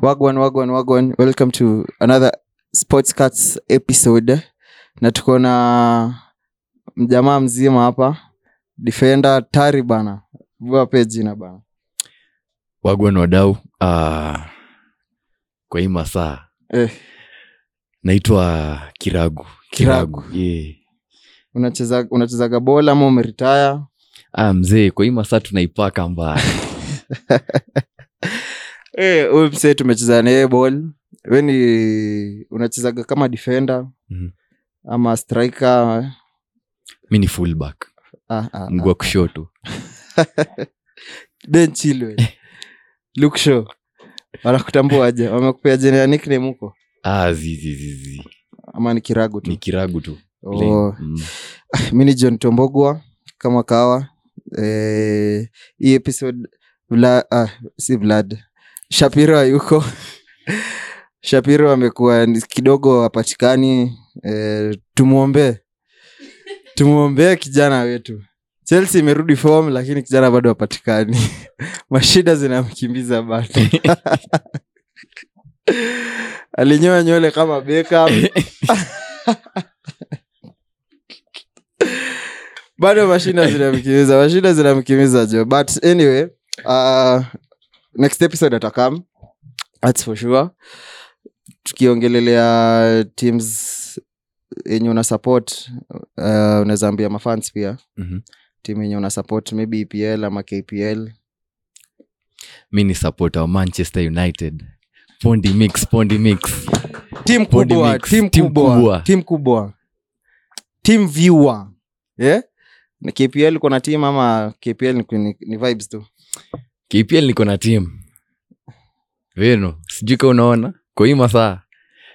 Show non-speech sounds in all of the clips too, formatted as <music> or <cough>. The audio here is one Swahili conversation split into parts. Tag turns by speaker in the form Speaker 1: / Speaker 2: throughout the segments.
Speaker 1: wagwan wagwan wagwan welcome to another sports cats episode na tuko na mjamaa mzima hapa defender tari bana vape jina bana
Speaker 2: wagwan wadau uh, kwa hii masaa
Speaker 1: Eh.
Speaker 2: naitwa kiragu
Speaker 1: Kiragu.
Speaker 2: yeah.
Speaker 1: unacheza unachezaga bola ama umeritaya
Speaker 2: ah, mzee kwa hii masaa tunaipaka mbaya
Speaker 1: Eh, huyu msee tumecheza naye ball we ni unachezaga kama defender
Speaker 2: Mhm.
Speaker 1: ama striker
Speaker 2: mi ni fullback
Speaker 1: ah, ah,
Speaker 2: mguu wa kushoto
Speaker 1: benchilwe
Speaker 2: <laughs>
Speaker 1: luksho wanakutambuaje wamekupea jina ya nickname huko
Speaker 2: ah, zizizizi
Speaker 1: ama ni kiragu tu
Speaker 2: ni kiragu tu
Speaker 1: oh.
Speaker 2: mm.
Speaker 1: mi ni john tombogwa kama kawa Eh, hii episode vla, ah, si vlad shapiro hayuko <laughs> shapiro amekuwa ni- kidogo hapatikani eh, tumwombee tumwombee kijana wetu chelsea imerudi form lakini kijana bado hapatikani <laughs> mashida zinamkimbiza bado <laughs> alinyoa nywele kama Beckham. bado mashida zinamkimiza mashida zinamkimiza jo but anyway uh, next episode atakam thats for sure tukiongelelea teams yenye una support uh, unaweza ambia mafans pia
Speaker 2: Mhm.
Speaker 1: timu yenye una support maybe epl ama kpl
Speaker 2: mi ni supporter wa manchester united pondi mix pondi mix
Speaker 1: tim
Speaker 2: Body
Speaker 1: kubwa
Speaker 2: mix,
Speaker 1: tim
Speaker 2: team
Speaker 1: kubwa
Speaker 2: kubwa.
Speaker 1: tim kubwa tim viewer yeah? na kpl kuna team ama kpl ni, ni, ni vibes tu
Speaker 2: kpl niko na tim veno sijui ka unaona kwa hii masaa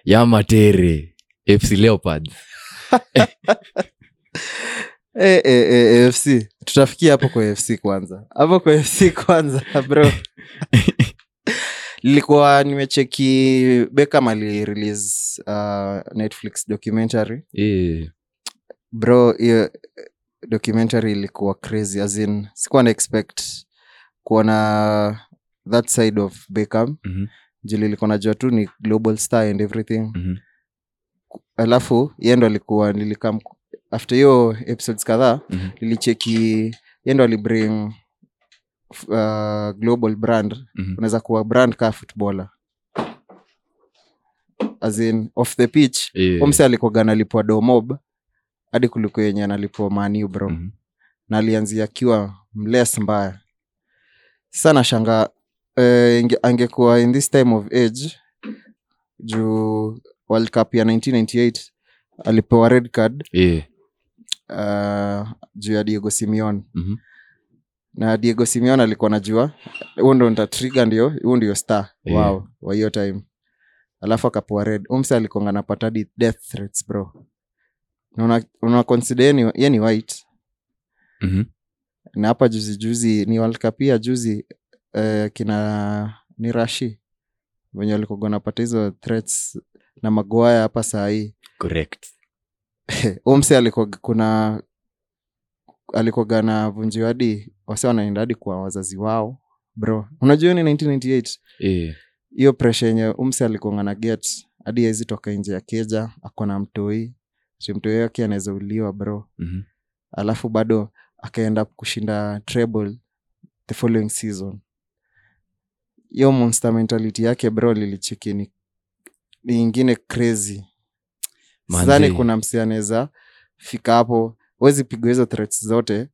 Speaker 2: ya matere fc leopards
Speaker 1: Eh, eh, eh, AFC tutafikia hapo kwa AFC kwanza hapo kwa AFC kwanza bro nilikuwa nimecheki Beckham ali release uh, Netflix documentary
Speaker 2: Eh.
Speaker 1: bro hiyo documentary ilikuwa crazy as in sikuwa na expect kuona that side of Beckham
Speaker 2: Mhm.
Speaker 1: jili ilikuwa najua tu ni global star and everything
Speaker 2: Mhm.
Speaker 1: alafu yeye ndo alikuwa nilikam after hiyo episodes kadhaa
Speaker 2: Mhm.
Speaker 1: nilicheki yeye ndo alibring f- uh, global brand
Speaker 2: Mhm.
Speaker 1: unaweza kuwa brand kaa footballer as in off the pitch
Speaker 2: Eh.
Speaker 1: omse alikuwaga analipwa domob hadi kuliko yenye analipwa maniu bro
Speaker 2: Mhm.
Speaker 1: na alianzia akiwa mles mbaya sana shanga eh, inge- angekuwa in this time of age juu world cup ya 1998 alipewa red card
Speaker 2: Eh.
Speaker 1: uh, juu ya diego simeon
Speaker 2: Mhm.
Speaker 1: na diego simeon alikuwa najua huo ndo ntatriga ndio huu ndio star
Speaker 2: Yeah.
Speaker 1: wao wa hiyo time alafu akapewa red umse alikonga napata hadi death threats bro Na una, una consider yeye ni- yeye ni white
Speaker 2: Mhm.
Speaker 1: na hapa juzi juzi ni World Cup ya juzi uh, kina ni rashi wenye walikuwa wanapata hizo threats na magwaya hapa saa hii
Speaker 2: Correct.
Speaker 1: omse alikuwa kuna alikuwaga anavunjiwa hadi wase wanaenda hadi kwa wazazi wao bro unajua hiyo ni 1998
Speaker 2: Eh.
Speaker 1: hiyo presha yenye umse alikuanga na get hadi awezi toka nje ya keja ako na mtoi si mtoi wake anaweza uliwa bro
Speaker 2: Mhm.
Speaker 1: alafu bado akaenda kushinda treble the following season hiyo monster mentality yake bro lilicheki ni ni ingine crazy
Speaker 2: Manze.
Speaker 1: sidhani kuna msi anaweza fika hapo wezi pigwa hizo threats zote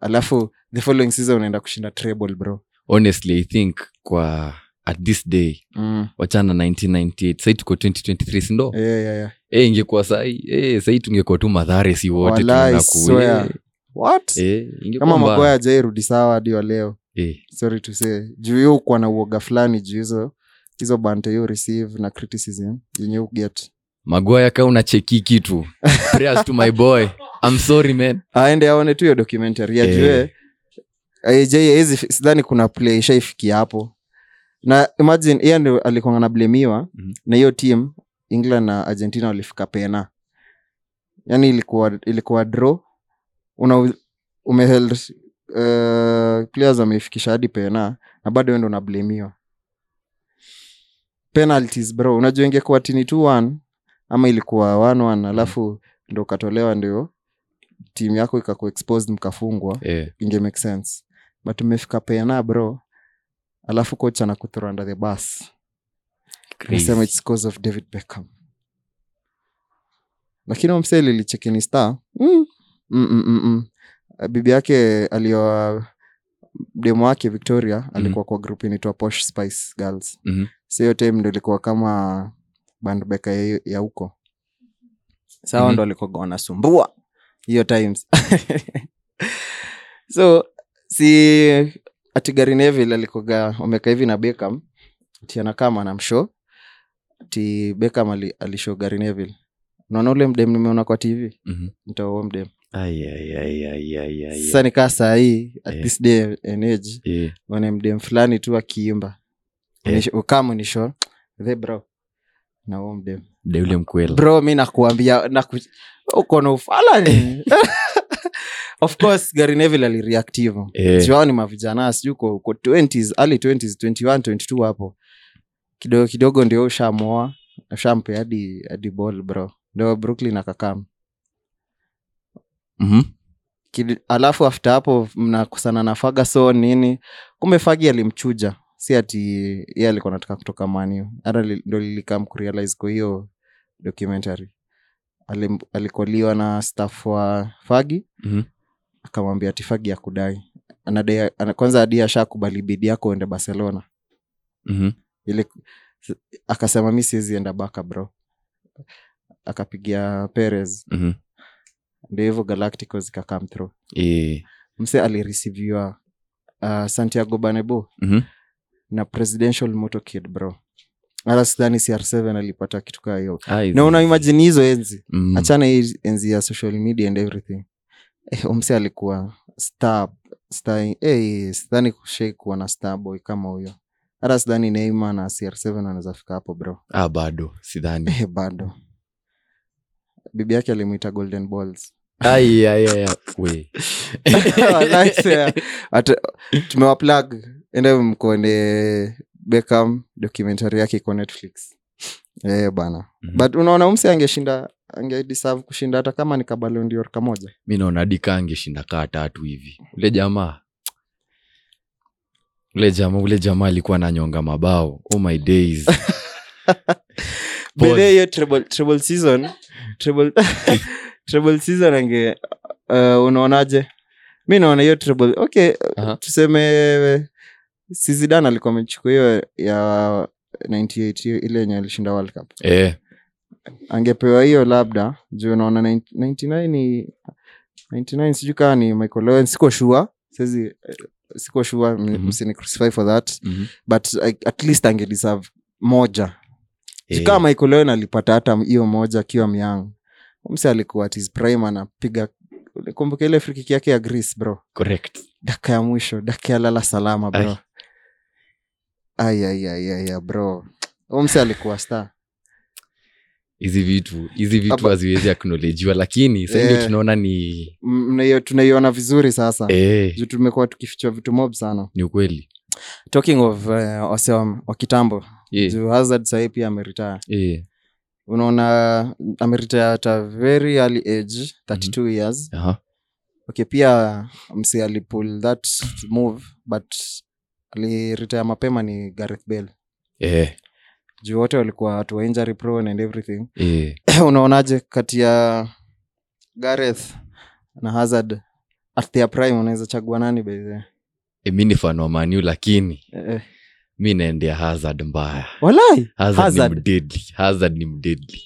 Speaker 1: alafu the following season unaenda kushinda treble bro
Speaker 2: honestly i think kwa at this day
Speaker 1: mm.
Speaker 2: wachana 1998 sai tuko 2023 sindo
Speaker 1: yeah, yeah, yeah.
Speaker 2: Eh, ingekuwa sai eh, sai tungekuwa tu madhare si wote
Speaker 1: Walai,
Speaker 2: tunaona ku-
Speaker 1: swear. What?
Speaker 2: Eh, eh, ingekuwa
Speaker 1: kama
Speaker 2: mbaya.
Speaker 1: magoya ajairudi sawa hadi wa leo
Speaker 2: Eh,
Speaker 1: sorry to say juu hiyo ukuwa na uoga fulani juu hizo hizo bante hiyo receive na criticism yenye uget
Speaker 2: Maguire ka unacheki <laughs> kitu prayers to my boy I'm sorry man
Speaker 1: aende aone tu hiyo documentary
Speaker 2: Eh.
Speaker 1: ajue aj eh, hizi sidhani kuna play ishaifikia hapo na imagine yeye ndio alikuwa anablemiwa
Speaker 2: Mhm.
Speaker 1: na hiyo team england na argentina walifika pena yani ilikuwa ilikuwa draw una umeheld eh, uh, players wameifikisha hadi pena na bado wewe ndio unablemiwa penalties bro unajua ingekuwa tini 2-1 ama ilikuwa 1-1 alafu ndo ukatolewa ndio timu yako ikaku exposed mkafungwa
Speaker 2: Eh,
Speaker 1: inge make sense but umefika pena bro alafu coach anakuthrow under the bus
Speaker 2: crazy.
Speaker 1: nasema its cause of david beckham lakini umse lilichekini star mm. mm, mm, mm, mm. bibi yake alioa demo wake victoria alikuwa kwa grup inaitwa posh spice girls
Speaker 2: Mhm.
Speaker 1: so hiyo time ndo ilikuwa kama bandbeka ya- ya huko sawa
Speaker 2: Mhm.
Speaker 1: ndo alikuwa wanasumbua hiyo times <laughs> so si ati Gary Neville alikuga wameka hivi na Beckham ati anakama na msho ati Beckham ali, alishow Gary Neville unaona ule mdem nimeona kwa TV
Speaker 2: Mhm.
Speaker 1: nitauo mdem
Speaker 2: Ai, ai, ai, ai, ai, ai,
Speaker 1: sasa nikaa saa hii at
Speaker 2: Yeah.
Speaker 1: this day and age
Speaker 2: ai.
Speaker 1: wana mdem fulani tu akiimba
Speaker 2: Yeah.
Speaker 1: Nisho- ukama nisho the bro na huo mdem
Speaker 2: deule mkwela
Speaker 1: bro mi nakuambia naku, uko na ufala nini? of course Gary Neville alireact hivyo
Speaker 2: Eh,
Speaker 1: sijui hao ni mavijana sijui uko uko 20s early 20s 21 22 hapo kidogo kidogo ndio ushamoa ushampe hadi hadi ball bro ndio brooklyn akakam
Speaker 2: mhm.
Speaker 1: Kid- alafu after hapo mnakusana na fagason nini kumbe fagi alimchuja si ati ye alikuwa anataka kutoka maniu hata li- ndo lilikam kurealize kwa hiyo documentary Alim, alikoliwa na staff wa fagi
Speaker 2: Mhm.
Speaker 1: akamwambia ati fagi akudai anadai ana, kwanza adi ashakubali bidi yako uende barcelona
Speaker 2: Mhm.
Speaker 1: ile akasema mi siwezi enda baka bro akapigia perez
Speaker 2: Mhm.
Speaker 1: ndio hivyo galactico zikakam through
Speaker 2: Eh,
Speaker 1: mse alirisiviwa uh, santiago banebo
Speaker 2: mhm.
Speaker 1: na presidential motokid bro hata sidhani cr7 alipata kitu kaa hiyo
Speaker 2: Ai,
Speaker 1: na unaimajini hizo enzi
Speaker 2: mm.
Speaker 1: achana hii enzi ya social media and everything eh, umse alikuwa star star eh, sidhani kushai kuwa na starboy kama huyo hata sidhani neima na cr7 anaweza fika hapo bro
Speaker 2: ah, bado sidhani <laughs>
Speaker 1: eh, bado bibi yake alimwita golden balls
Speaker 2: Ai, ai, ai, ai. We.
Speaker 1: <laughs> Wallahi sir. Ata- tumewaplag ende mkuone beckham documentary yake iko netflix eh bana
Speaker 2: Mhm.
Speaker 1: but unaona umse angeshinda angedeserve kushinda hata kama ni kabalondior kamoja
Speaker 2: mi naona dika angeshinda kaa tatu hivi ule jamaa ule jamaa ule jamaa alikuwa ananyonga mabao oh my
Speaker 1: <laughs>
Speaker 2: days Pause.
Speaker 1: bedhe hiyo treble- treble season
Speaker 2: <laughs>
Speaker 1: treble- <laughs> treble season ange uh, unaonaje mi naona hiyo treble okay uh,
Speaker 2: Aha.
Speaker 1: tuseme sizidan alikuwa amechukua hiyo ya 98 hiyo- ile yenye alishinda world cup
Speaker 2: eh,
Speaker 1: angepewa hiyo labda juu naona 99 ni 99 sijui kaa ni michael owen siko sure saizi eh, siko sure
Speaker 2: Mhm.
Speaker 1: mm-hmm. msini crucify for that
Speaker 2: mhm.
Speaker 1: but I, at least angedeserve moja
Speaker 2: Eh,
Speaker 1: yeah. kaa michael owen alipata hata hiyo moja akiwa myang msi alikuwa at his prime anapiga kumbuka ile frikiki yake ya greece bro
Speaker 2: correct
Speaker 1: daka ya mwisho daka ya lala salama bro
Speaker 2: Ai.
Speaker 1: ayayayaya bro umsi alikuwa star
Speaker 2: hizi vitu hizi vitu
Speaker 1: Aba-
Speaker 2: haziwezi aknolojiwa lakini saindio
Speaker 1: Eh.
Speaker 2: tunaona ni
Speaker 1: M- mnaio- tunaiona vizuri sasa
Speaker 2: eh,
Speaker 1: Juu tumekuwa tukifichwa vitu mob sana
Speaker 2: ni ukweli
Speaker 1: talking of uh, wase wa, wa kitambo
Speaker 2: Eh,
Speaker 1: juu hazard sahii pia ameritaya
Speaker 2: eh,
Speaker 1: unaona ameritaya at a very early age 32 years
Speaker 2: aha,
Speaker 1: okay pia msi alipull that move but aliritaya mapema ni gareth bale
Speaker 2: eh,
Speaker 1: juu wote walikuwa watu wa injury prone and everything <coughs>
Speaker 2: eh,
Speaker 1: unaonaje kati ya gareth na hazard at their prime unaweza chagua nani bahe
Speaker 2: eh, mi ni fan wa maniu lakini
Speaker 1: eh,
Speaker 2: mi naendea hazard mbaya
Speaker 1: walai
Speaker 2: hazard,
Speaker 1: Hazard.
Speaker 2: Ni mdeadly. hazard ni mdeadly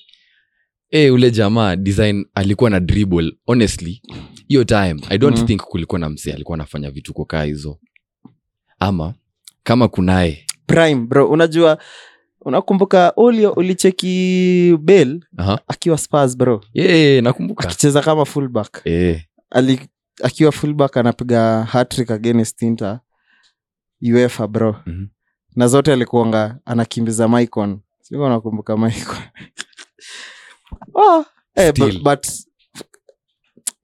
Speaker 2: e ule jamaa design alikuwa na dribble honestly hiyo time i don't
Speaker 1: Mhm.
Speaker 2: think kulikuwa na msee alikuwa anafanya vituko kaa hizo ama kama kunaye
Speaker 1: prime bro unajua unakumbuka ulio ulicheki bel
Speaker 2: aha
Speaker 1: akiwa spars bro
Speaker 2: ye nakumbuka
Speaker 1: akicheza kama fullback
Speaker 2: e,
Speaker 1: Ali, akiwa fullback anapiga hatrick against inter uefa bro
Speaker 2: Mhm.
Speaker 1: na zote alikuanga anakimbiza micon sio unakumbuka micon <laughs> oh, eh,
Speaker 2: Still.
Speaker 1: but, but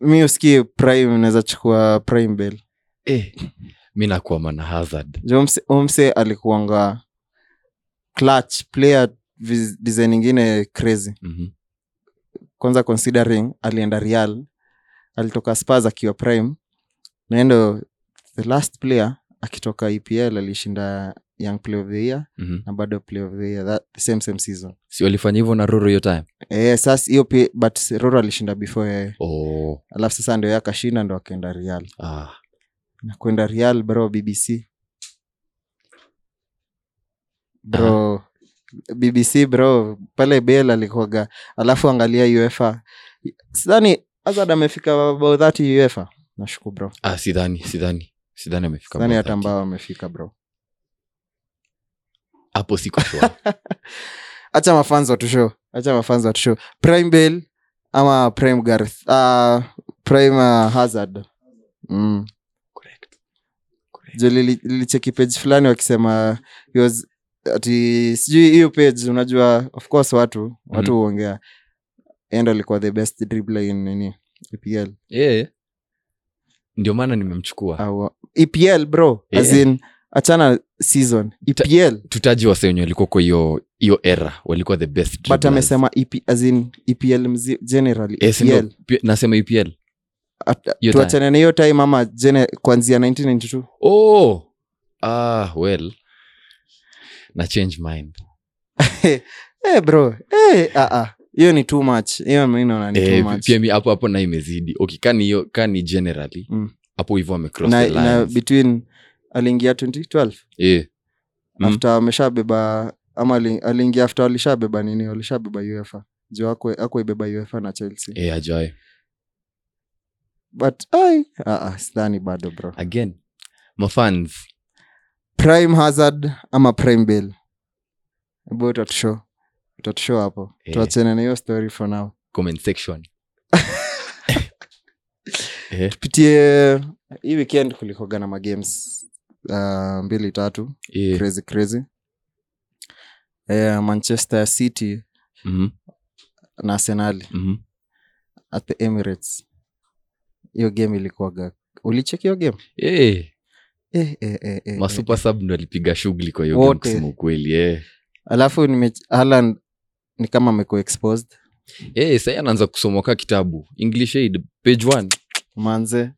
Speaker 1: mi usikii prime naweza chukua prime bel
Speaker 2: Eh, e, mi nakuama na hazard
Speaker 1: jo umse alikuanga clutch player viz- design ingine crazy
Speaker 2: Mhm.
Speaker 1: kwanza considering alienda real alitoka spurs akiwa prime naendo the last player akitoka epl alishinda young play of the year
Speaker 2: Mhm.
Speaker 1: na bado play of the year that, same same season
Speaker 2: si walifanya hivyo na ruru hiyo time
Speaker 1: eh sasa hiyo pia but roro alishinda before yeye
Speaker 2: oh,
Speaker 1: alafu sasa ndio yakashinda ndo akaenda real
Speaker 2: ah.
Speaker 1: na kwenda real bro bbc bro bbc bro pale bel alikuaga alafu angalia uefa sidhani azad amefika about that uefa nashukuru bro
Speaker 2: ah, sidhani sidhani sidhani amefika
Speaker 1: sidhani
Speaker 2: about
Speaker 1: hata
Speaker 2: that.
Speaker 1: ambao amefika bro
Speaker 2: hapo siko
Speaker 1: <laughs>
Speaker 2: sure.
Speaker 1: hacha mafanzi watusho hacha mafanzi watusho prime bel ama prime garth uh, prime uh, hazard mm.
Speaker 2: Correct. Correct.
Speaker 1: jo lili- lilicheki page fulani wakisema he was, ati sijui hiyo page unajua of course watu watu
Speaker 2: Mhm.
Speaker 1: huongea end alikuwa the best dribbler in nini E epl
Speaker 2: Yeah. Eh. ndio maana nimemchukua
Speaker 1: Au- epl bro as
Speaker 2: Ah. Yeah.
Speaker 1: in achana season E
Speaker 2: Ta-
Speaker 1: epl
Speaker 2: tutaji wase wenye walikuwa kwa hiyo hiyo era walikuwa the best
Speaker 1: but
Speaker 2: dribblers.
Speaker 1: amesema E EP, as in epl mzi, general
Speaker 2: Eh, si ndio?
Speaker 1: epl
Speaker 2: P- nasema epl
Speaker 1: At-
Speaker 2: Hiyo
Speaker 1: tuachane na hiyo time ama gene, kuanzia 1992
Speaker 2: oh ah well na change mind
Speaker 1: hey, Eh, bro hey, ah, ah. hiyo ni too much hiyo mi naona ni
Speaker 2: eh,
Speaker 1: too much
Speaker 2: pia mi hapo hapo na imezidi okikani hiyo kani generally
Speaker 1: Mm.
Speaker 2: hapo hivyo amecross
Speaker 1: na,
Speaker 2: the
Speaker 1: na
Speaker 2: lines.
Speaker 1: between aliingia 2012
Speaker 2: Eh, Mm.
Speaker 1: after ameshabeba ama ali- aliingia after walishabeba nini walishabeba uefa juu akuibeba uefa E na chelsea
Speaker 2: eh, ajaye.
Speaker 1: but ai ah, ah, sidhani bado bro
Speaker 2: again mafans
Speaker 1: prime hazard ama prime bill hebu utatushow utatushow hapo
Speaker 2: Eh.
Speaker 1: tuachane na hiyo story for now
Speaker 2: comment section eh,
Speaker 1: tupitie hii weekend kulikoga na magames uh, mbili tatu
Speaker 2: eh,
Speaker 1: crazy crazy eh, manchester city
Speaker 2: mhm,
Speaker 1: na arsenali
Speaker 2: mhm.
Speaker 1: at the emirates hiyo game ilikuwaga ulicheki hiyo game
Speaker 2: Eh,
Speaker 1: eh, eh, eh, eh, eh.
Speaker 2: masuper sub ndo alipiga shughuli kwa hiyo game
Speaker 1: Wote.
Speaker 2: kusema ukweli eh.
Speaker 1: alafu nime- Haaland ni kama amekuwa exposed
Speaker 2: Eh, sahii anaanza kusomwa kaa kitabu english aid page one
Speaker 1: manze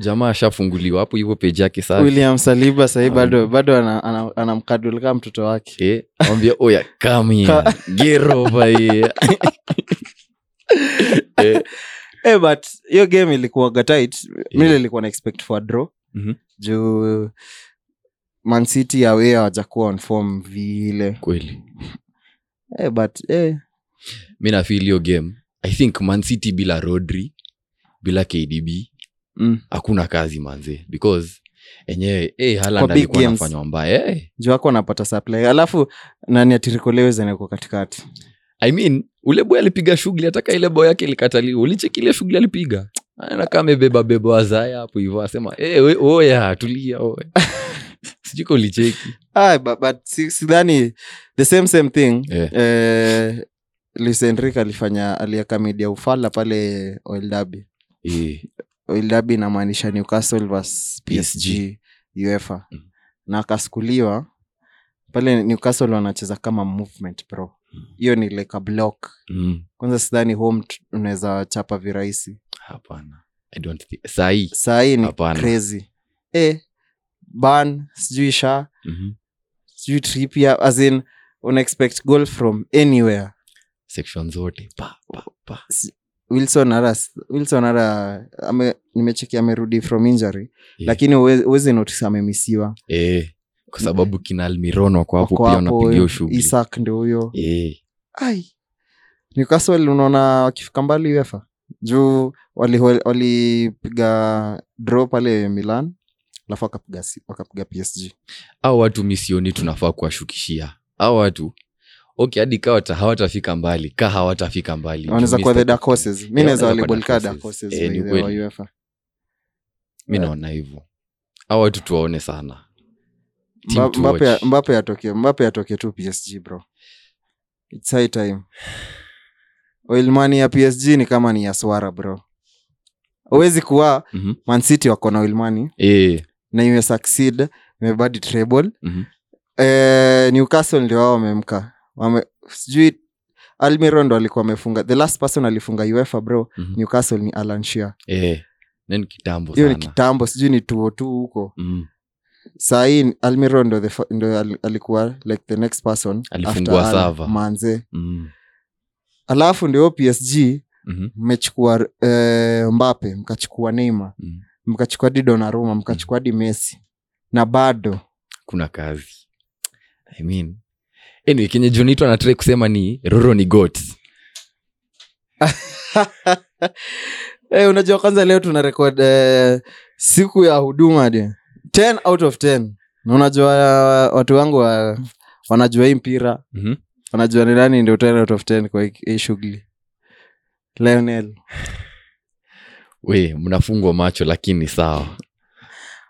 Speaker 2: jamaa ashafunguliwa hapo hivyo page yake sasa
Speaker 1: william saliba sahii
Speaker 2: Ah.
Speaker 1: bado bado ana- ana- anamkadul kama mtoto wake
Speaker 2: Eh, ambia oya come here. Get
Speaker 1: <laughs>
Speaker 2: over here." Eh,
Speaker 1: hey, but hiyo game ilikuwaga tight mi
Speaker 2: Yeah.
Speaker 1: nilikuwa na expect for a draw
Speaker 2: Mhm.
Speaker 1: juu mancity awe hawajakuwa on form vile
Speaker 2: kweli
Speaker 1: hey, but eh,
Speaker 2: mi nafil hiyo game i think mancity bila rodri bila kdb
Speaker 1: mm.
Speaker 2: hakuna kazi manze because enyewe hey, haland
Speaker 1: Kwa big
Speaker 2: alikuwa
Speaker 1: games.
Speaker 2: anafanywa mbaya eh,
Speaker 1: juu wako anapata supply alafu nani atirikolewezeneko katikati
Speaker 2: i mean ule boy alipiga shughuli hataka ile boy yake ilikataliwa ulicheki ile shughuli alipiga anakaa amebeba beba wazaya hapo hivyo asema "Eh, we- oya tulia oya <laughs> sijuka ulicheki
Speaker 1: ah, but, but si- sidhani the same same thing
Speaker 2: Eh.
Speaker 1: eh, Luis Enrique alifanya aliweka media ufala pale oil derby
Speaker 2: Eh,
Speaker 1: oil derby inamaanisha newcastle versus PSG
Speaker 2: PSG.
Speaker 1: uefa
Speaker 2: Mm.
Speaker 1: na akaskuliwa pale newcastle wanacheza kama movement bro hiyo ni like a block
Speaker 2: mm,
Speaker 1: kwanza sidhani home t- unaweza chapa virahisi
Speaker 2: hapana I don't thi- sahii
Speaker 1: sahii ni
Speaker 2: Hapana.
Speaker 1: crazy eh, ban sijui sha
Speaker 2: mhm,
Speaker 1: sijui tripia as in una expect goal from anywhere
Speaker 2: section zote pa, pa, pa.
Speaker 1: wilson ara wilson ara ame, nimecheki amerudi from injury
Speaker 2: Eh,
Speaker 1: lakini uwe- huwezi notice amemisiwa
Speaker 2: eh, kwa sababu kina almiron wako hapo
Speaker 1: Wako
Speaker 2: pia
Speaker 1: hapo, eh,
Speaker 2: wanapiga hiyo shughuli
Speaker 1: isak ndio huyo
Speaker 2: Eh,
Speaker 1: ai newcastle unaona wakifika mbali uefa juu walipiga wali walipiga draw pale milan alafu wakapiga si- wakapiga psg
Speaker 2: au watu misioni tunafaa kuwashukishia au watu okay hadi kaa wata- hawatafika mbali ka hawatafika mbali
Speaker 1: wanaweza
Speaker 2: Juu
Speaker 1: kuwa the
Speaker 2: Mr.
Speaker 1: dark horses mi
Speaker 2: Eh,
Speaker 1: naweza
Speaker 2: wanaweza kuwa
Speaker 1: walibolika
Speaker 2: dark
Speaker 1: dark
Speaker 2: horses.
Speaker 1: horses
Speaker 2: Eh,
Speaker 1: by
Speaker 2: ni
Speaker 1: the
Speaker 2: kweli.
Speaker 1: wa uefa
Speaker 2: mi
Speaker 1: Eh.
Speaker 2: naona hivyo au watu tuwaone sana Team
Speaker 1: Mba-
Speaker 2: to
Speaker 1: Mbappe-
Speaker 2: watch.
Speaker 1: mbappe atoke mbappe atoke tu psg bro its high time oilmani ya psg ni kama ni ya swara bro huwezi kuwa
Speaker 2: Mhm.
Speaker 1: mancity wako na oilmani
Speaker 2: Eh,
Speaker 1: na imesucceed imebadi treble
Speaker 2: mhm.
Speaker 1: eh, newcastle ndio wao wamemka wame, sijui almiro ndo alikuwa amefunga the last person alifunga uefa bro
Speaker 2: Mhm.
Speaker 1: newcastle ni alan shia
Speaker 2: Eh, na ni kitambo
Speaker 1: hiyo ni
Speaker 2: sana
Speaker 1: kitambo sijui ni tuo tu huko
Speaker 2: Mm,
Speaker 1: sahii almiro ndo, the, fa- ndo al- alikuwa like the next person
Speaker 2: Alifungua
Speaker 1: after Al-
Speaker 2: sava.
Speaker 1: manze
Speaker 2: mm,
Speaker 1: alafu ndio psg
Speaker 2: mhm,
Speaker 1: mmechukua eh, mbape mkachukua neima
Speaker 2: mm.
Speaker 1: mkachukua di donaruma mkachukua di messi na bado
Speaker 2: kuna kazi I mean, anyway, kenye jonito anatrai kusema ni roro ni got
Speaker 1: hey, Eh, unajua kwanza leo tuna rekod eh, siku ya huduma de 10 out of 10 na unajua eh, watu wangu wa, wanajua hii mpira
Speaker 2: Mhm.
Speaker 1: wanajua ni nani ndio 10 out of 10 kwa hii- hii shughuli lionel
Speaker 2: we mnafungwa macho lakini sawa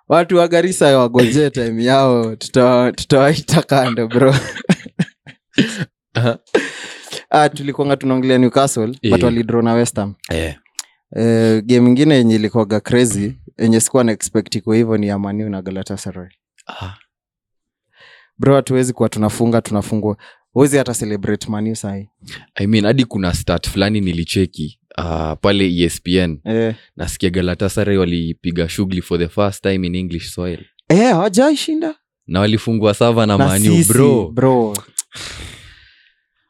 Speaker 1: watu wa garisa wagojee time yao tuta- tutawaita kando bro
Speaker 2: Aha.
Speaker 1: ah, tulikuanga tunaongelea newcastle
Speaker 2: Eh.
Speaker 1: but walidro na westham
Speaker 2: eh,
Speaker 1: eh, game ingine yenye ilikuwaga crazy yenye sikuwa na expect iko hivyo ni amaniu na galatasaray
Speaker 2: ah,
Speaker 1: bro hatuwezi kuwa tunafunga tunafungwa huwezi hata celebrate maniu sahii
Speaker 2: I mean, hadi kuna stat fulani nilicheki uh, pale espn
Speaker 1: eh,
Speaker 2: nasikia galatasaray walipiga shughuli for the first time in english soil
Speaker 1: eh, hawajaishinda
Speaker 2: na walifungwa sava na
Speaker 1: na
Speaker 2: manu
Speaker 1: sisi,
Speaker 2: bro
Speaker 1: bro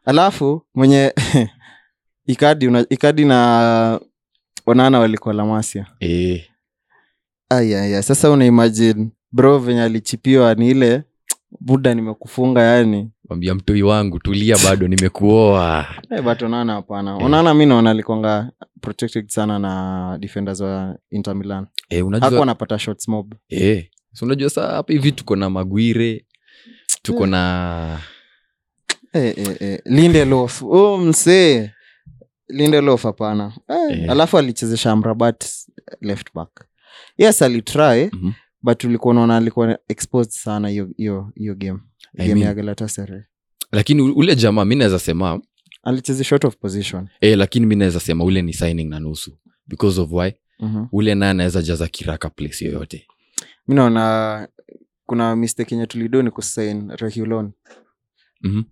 Speaker 1: alafu mwenye <laughs> ikadi, una, ikadi na onana walikuwa lamasia
Speaker 2: eh,
Speaker 1: ayaya sasa unaimajin bro venye alichipiwa ni ile buda nimekufunga yani
Speaker 2: wambia mtoi wangu tulia bado nimekuoa
Speaker 1: Eh, but onana hapana
Speaker 2: Eh.
Speaker 1: onana mi naona alikwanga protected sana na defenders wa inter milan
Speaker 2: eh, unajua
Speaker 1: hakuwa anapata shots mob
Speaker 2: Eh, so unajua saa hapa hivi tuko na magwire tuko na
Speaker 1: eh, eh, eh. lindelof oh, msee lindelof hapana eh,
Speaker 2: Eh.
Speaker 1: eh. alafu alichezesha amrabat left back yes alitry
Speaker 2: Mhm.
Speaker 1: but ulikuwa unaona alikuwa exposed sana hiyo hiyo hiyo game
Speaker 2: I
Speaker 1: game
Speaker 2: mean-
Speaker 1: ya galatasaray
Speaker 2: lakini u- ule jamaa mi naweza sema
Speaker 1: alicheza short of position
Speaker 2: eh, lakini mi naweza sema ule ni signing na nusu because of why
Speaker 1: mm-hmm.
Speaker 2: ule naye anaweza jaza kiraka place yoyote
Speaker 1: mi naona kuna mistake yenye tulido ni kusain rahulon
Speaker 2: Mhm.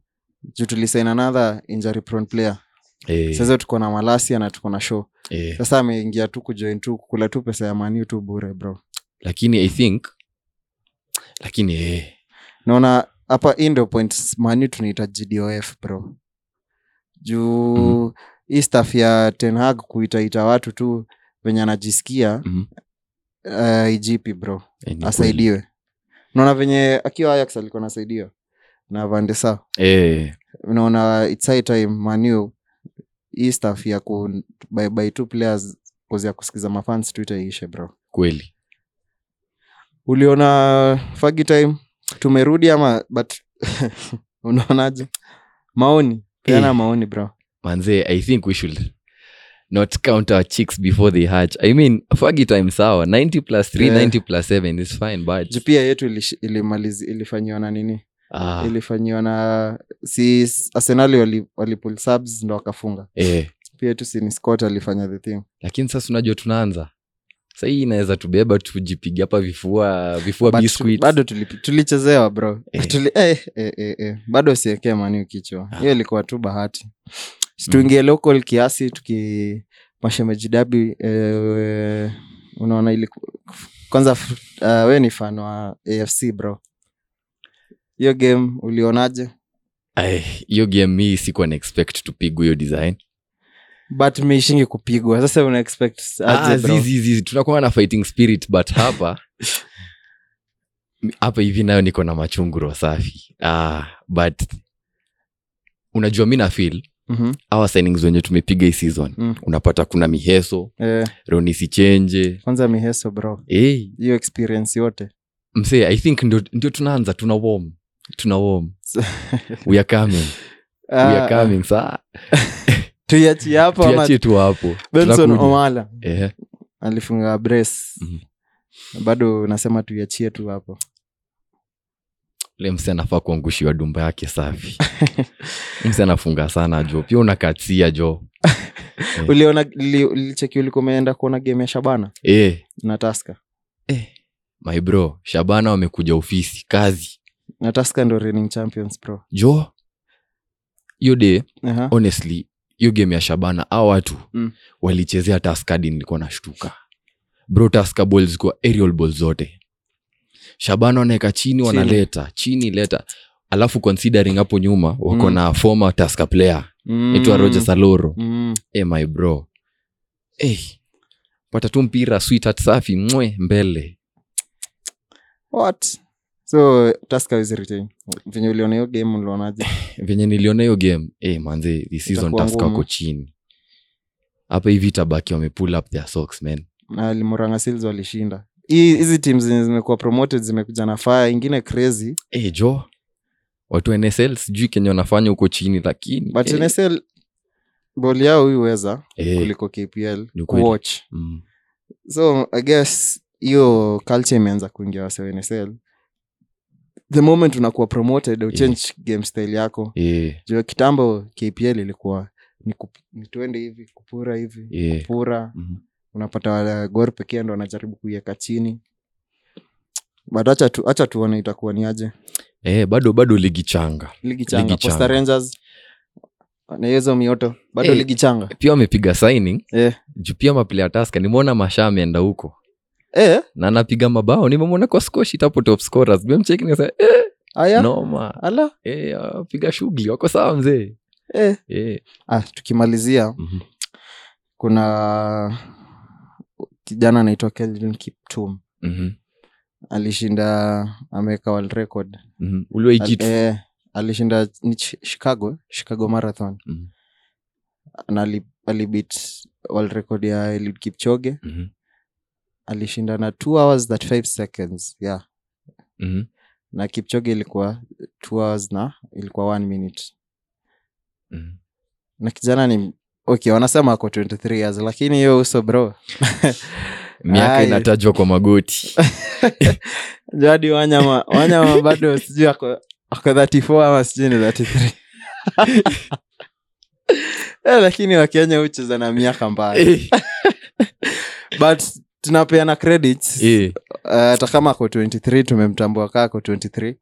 Speaker 1: juu tulisain another injury prone player
Speaker 2: Eh,
Speaker 1: sasa tuko na malasia na tuko na show
Speaker 2: eh,
Speaker 1: sasa ameingia tu kujoin tu kukula tu pesa ya maniu tu bure bro
Speaker 2: lakini i think lakini eh,
Speaker 1: naona hapa hii ndio point manu tunahitaji dof bro juu
Speaker 2: Mm.
Speaker 1: hii staff ya tenhag kuitaita watu tu venye anajisikia
Speaker 2: mm,
Speaker 1: uh, ijipi bro
Speaker 2: eh, ni kweli.
Speaker 1: asaidiwe naona venye akiwa ayax alikuwa anasaidiwa na vandesa
Speaker 2: Eh,
Speaker 1: naona its high time manu hii staff ya ku by, by two players kozi ya kusikiza mafans twitter iishe bro
Speaker 2: kweli
Speaker 1: uliona fagi time tumerudi ama but <laughs> unaonaje maoni peana
Speaker 2: Eh.
Speaker 1: maoni bro
Speaker 2: manze i think we should not count our chicks before they hatch i mean fagi time sawa 90 plus 3
Speaker 1: Eh.
Speaker 2: 90 plus 7 is fine but
Speaker 1: Ju pia yetu ilish- ilimaliz- ilifanyiwa na nini
Speaker 2: ah,
Speaker 1: ilifanyiwa na si arsenali wali, walipul subs ndo wakafunga
Speaker 2: eh,
Speaker 1: pia tu sini scott alifanya the thing
Speaker 2: lakini sasa unajua tunaanza sahii inaweza tubeba tujipiga hapa vifua vifua
Speaker 1: But tu-
Speaker 2: biscuits.
Speaker 1: bado tulipi- tulichezewa bro
Speaker 2: Eh.
Speaker 1: Tuli, eh, eh, eh, eh. bado siekee maniu kichwa
Speaker 2: Ah. Mm.
Speaker 1: hiyo ilikuwa tu bahati situingie local kiasi tuki mashemejidabi eh, unaona ili kwanza f- ah, we ni fan wa afc bro hiyo game ulionaje
Speaker 2: Ai, hiyo game mi sikuwa na expect tupigwe hiyo design
Speaker 1: but meishingi kupigwa sasa una expect aje
Speaker 2: Ah,
Speaker 1: bro?
Speaker 2: zizi, zizi, tunakuwa na fighting spirit but hapa
Speaker 1: <laughs>
Speaker 2: hapa hivi nayo niko na machunguro safi ah, but unajua mi nafil
Speaker 1: Mhm,
Speaker 2: awa signings wenye tumepiga hii season
Speaker 1: mm.
Speaker 2: unapata kuna miheso
Speaker 1: Eh,
Speaker 2: ronisi chenje
Speaker 1: kwanza miheso bro
Speaker 2: hey,
Speaker 1: hiyo experience yote
Speaker 2: Eh, msee i think ndio, ndio tunaanza tuna warm tuna
Speaker 1: <laughs>
Speaker 2: warm we are coming we are
Speaker 1: Ah,
Speaker 2: coming saa
Speaker 1: tuiachie hapo ama
Speaker 2: tuachie tu hapo
Speaker 1: benson
Speaker 2: Tutakuja.
Speaker 1: omala
Speaker 2: Eh,
Speaker 1: alifunga brace
Speaker 2: Mhm.
Speaker 1: bado nasema tuiachie tu hapo
Speaker 2: ule mse anafaa kuangushiwa dumba yake
Speaker 1: <laughs>
Speaker 2: safi mse anafunga sana jo pia unakatsia jo
Speaker 1: uliona li- ulicheki ulikuwa umeenda kuona game ya shabana
Speaker 2: eh,
Speaker 1: na taska
Speaker 2: eh. my bro shabana wamekuja ofisi kazi
Speaker 1: na Tusker ndo reigning champions bro
Speaker 2: jo hiyo day
Speaker 1: Aha.
Speaker 2: honestly hiyo game ya shabana a watu
Speaker 1: Mm.
Speaker 2: walichezea taskadi nilikuwa nashtuka bro taska ball zikuwa aerial ball zote shabana wanaweka chini wanaleta chini leta alafu considering hapo nyuma wako
Speaker 1: Mm.
Speaker 2: na former taska player
Speaker 1: Mm.
Speaker 2: aitwa roger saloro
Speaker 1: Mm.
Speaker 2: hey, my bro hey, pata tu mpira sweet hat safi mwe mbele
Speaker 1: What? so Tusker hawezi retain. venye uliona hiyo game ulionaje
Speaker 2: venye niliona hiyo game hey, manze this season
Speaker 1: Itakuwa
Speaker 2: taska
Speaker 1: ngumu.
Speaker 2: wako chini hapa hivi tabaki wamepull up their socks man
Speaker 1: na Murang'a Seals walishinda Hii- hizi timu zenye zimekuwa promoted zimekuja na faya ingine crazy
Speaker 2: hey, Eh, jo watu wa nsl sijui kenye wanafanya huko chini lakini
Speaker 1: but
Speaker 2: eh,
Speaker 1: nsl bol yao huiweza
Speaker 2: eh,
Speaker 1: kuliko kpl
Speaker 2: Ni kweli.
Speaker 1: kuwatch
Speaker 2: mm,
Speaker 1: so i guess hiyo culture imeanza kuingia wase nsl the moment unakuwa promoted uchange game style yako
Speaker 2: eh,
Speaker 1: juu kitambo kpl ilikuwa ni, kup, ni twende hivi kupura hivi
Speaker 2: eh,
Speaker 1: kupura
Speaker 2: mm,
Speaker 1: unapata wala- gor pekee ndo wanajaribu kuiweka chini but hacha tu, acha tuone itakuwa ni aje
Speaker 2: eh, bado bado ligi changa
Speaker 1: ligi changa
Speaker 2: changa.
Speaker 1: Posta rangers na hizo mioto bado
Speaker 2: Eh.
Speaker 1: ligi changa
Speaker 2: pia wamepiga signing
Speaker 1: Eh.
Speaker 2: juu pia maplaya taska nimeona mashaa ameenda huko
Speaker 1: eh,
Speaker 2: na anapiga mabao nimemwona kwa skoshit hapo top scorers memcheki nikasema eh,
Speaker 1: aya
Speaker 2: noma
Speaker 1: ala
Speaker 2: eh, wapiga shughuli wako sawa mzee
Speaker 1: eh.
Speaker 2: eh.
Speaker 1: ah, tukimalizia
Speaker 2: mhm.
Speaker 1: kuna kijana anaitwa kelvin kiptum
Speaker 2: Mhm.
Speaker 1: alishinda ameweka world record
Speaker 2: Mhm. uliwaikitu
Speaker 1: Al, eh, alishinda ni Chi- chicago chicago marathon
Speaker 2: Mhm.
Speaker 1: na ali- alibit world record ya eliud kipchoge
Speaker 2: Mhm.
Speaker 1: alishinda na 2 hours that 5 seconds yeah
Speaker 2: Mhm.
Speaker 1: na kipchoge ilikuwa 2 hours na ilikuwa 1 minute
Speaker 2: Mhm.
Speaker 1: na kijana ni okay wanasema ako 23 years lakini hiyo uso bro
Speaker 2: miaka
Speaker 1: Aye.
Speaker 2: inatajwa kwa magoti
Speaker 1: jadi wanyama wanyama bado sijui ako ako 34 ama sijui ni 33 <laughs> Eh, lakini wakenya hucheza na miaka mbaya
Speaker 2: Eh,
Speaker 1: but tunapeana credits
Speaker 2: <laughs> eh.
Speaker 1: Uh, hata kama ako 23 tumemtambua kaa ako 23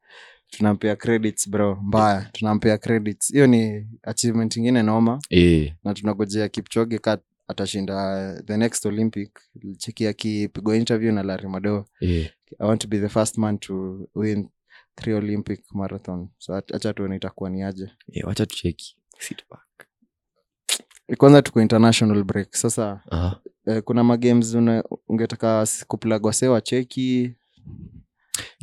Speaker 1: tunampea credits bro mbaya tunampea credits hiyo ni achievement ingine noma
Speaker 2: Eh.
Speaker 1: na tunagojea kipchoge ka atashinda eh, the next olympic cheki akipigwa interview na larimado
Speaker 2: Eh.
Speaker 1: i want to be the first man to win three olympic marathon so at- acha tuone itakuwa ni aje
Speaker 2: Eh, wacha tucheki Sit back.
Speaker 1: kwanza tuko international break sasa
Speaker 2: Aha.
Speaker 1: eh, kuna magames una- ungetaka s- kuplagwa se wacheki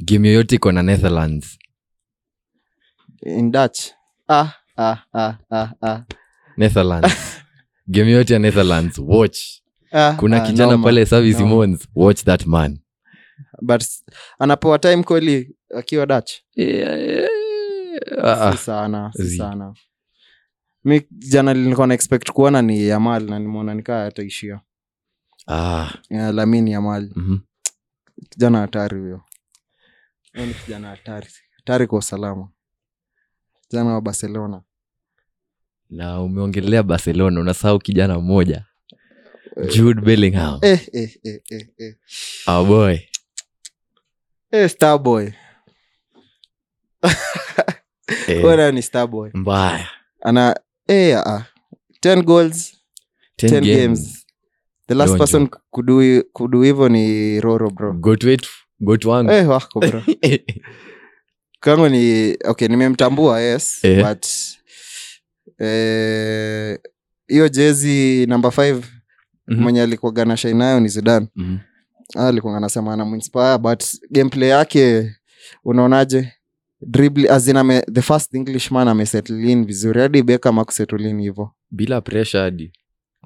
Speaker 2: game yoyote iko na netherlands
Speaker 1: in dutch ah, ah, ah, ah, ah. <laughs>
Speaker 2: netherlands game yoyote ya netherlands watch
Speaker 1: Ah,
Speaker 2: kuna
Speaker 1: ah,
Speaker 2: kijana
Speaker 1: noma.
Speaker 2: pale service
Speaker 1: Noma.
Speaker 2: Mons, watch that man
Speaker 1: but s- anapewa time kweli akiwa dach
Speaker 2: Eh, eh, ah,
Speaker 1: si
Speaker 2: ah.
Speaker 1: sana si
Speaker 2: Zi.
Speaker 1: sana mi jana nilikuwa na expect kuona ni yamal na nimeona nikaa ataishia
Speaker 2: Ah,
Speaker 1: Ya, lamini yamal
Speaker 2: mhm.
Speaker 1: kijana hatari huyo Huyo ni kijana hatari hatari kwa usalama kijana wa barcelona
Speaker 2: na umeongelea barcelona unasahau kijana mmoja
Speaker 1: Eh.
Speaker 2: jude bellingham
Speaker 1: eh, eh, eh, eh, eh.
Speaker 2: Our boy
Speaker 1: Eh, starboy
Speaker 2: Eh,
Speaker 1: Huyo naye ni starboy
Speaker 2: mbaya
Speaker 1: ana eh, ah, ah. 10 goals
Speaker 2: 10
Speaker 1: 10 games. the last
Speaker 2: Don't
Speaker 1: person kudu hi- kudu hivyo ni roro bro
Speaker 2: Goat wetu goat wangu
Speaker 1: eh, wako bro kangu ni okay nimemtambua yes
Speaker 2: Eh.
Speaker 1: but eh, hiyo jezi namba 5
Speaker 2: <laughs> Mhm.
Speaker 1: mwenye alikuwaga na shai nayo ni zidan
Speaker 2: Mhm.
Speaker 1: alikuwaga Ah, anasema ana muinspire but gameplay yake unaonaje dribble as in ame, the first englishman amesettle in vizuri hadi beka makusettle in hivyo
Speaker 2: bila presha hadi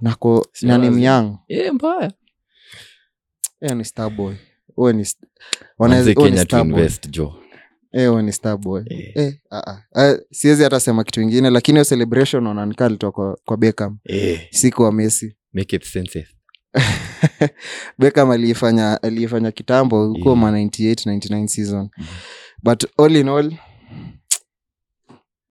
Speaker 1: nako
Speaker 2: Sio
Speaker 1: nani
Speaker 2: lazima.
Speaker 1: myang
Speaker 2: Eh, mbaya
Speaker 1: eh, ni starboy huyo ni st- wanaweza-
Speaker 2: manze
Speaker 1: huyo ni
Speaker 2: kenya
Speaker 1: starboy
Speaker 2: tuinvest jo
Speaker 1: Eh, huyo ni starboy
Speaker 2: Eh,
Speaker 1: Eh, ah, ah. Eh, siwezi hata sema kitu ingine lakini hiyo celebration unaonekana alitoa kwa, kwa Beckham
Speaker 2: eh,
Speaker 1: si kwa Messi. <laughs>
Speaker 2: make it sense
Speaker 1: Beckham aliifanya aliifanya kitambo huko
Speaker 2: Yeah.
Speaker 1: ma 98 99 season.
Speaker 2: Mhm.
Speaker 1: But all in all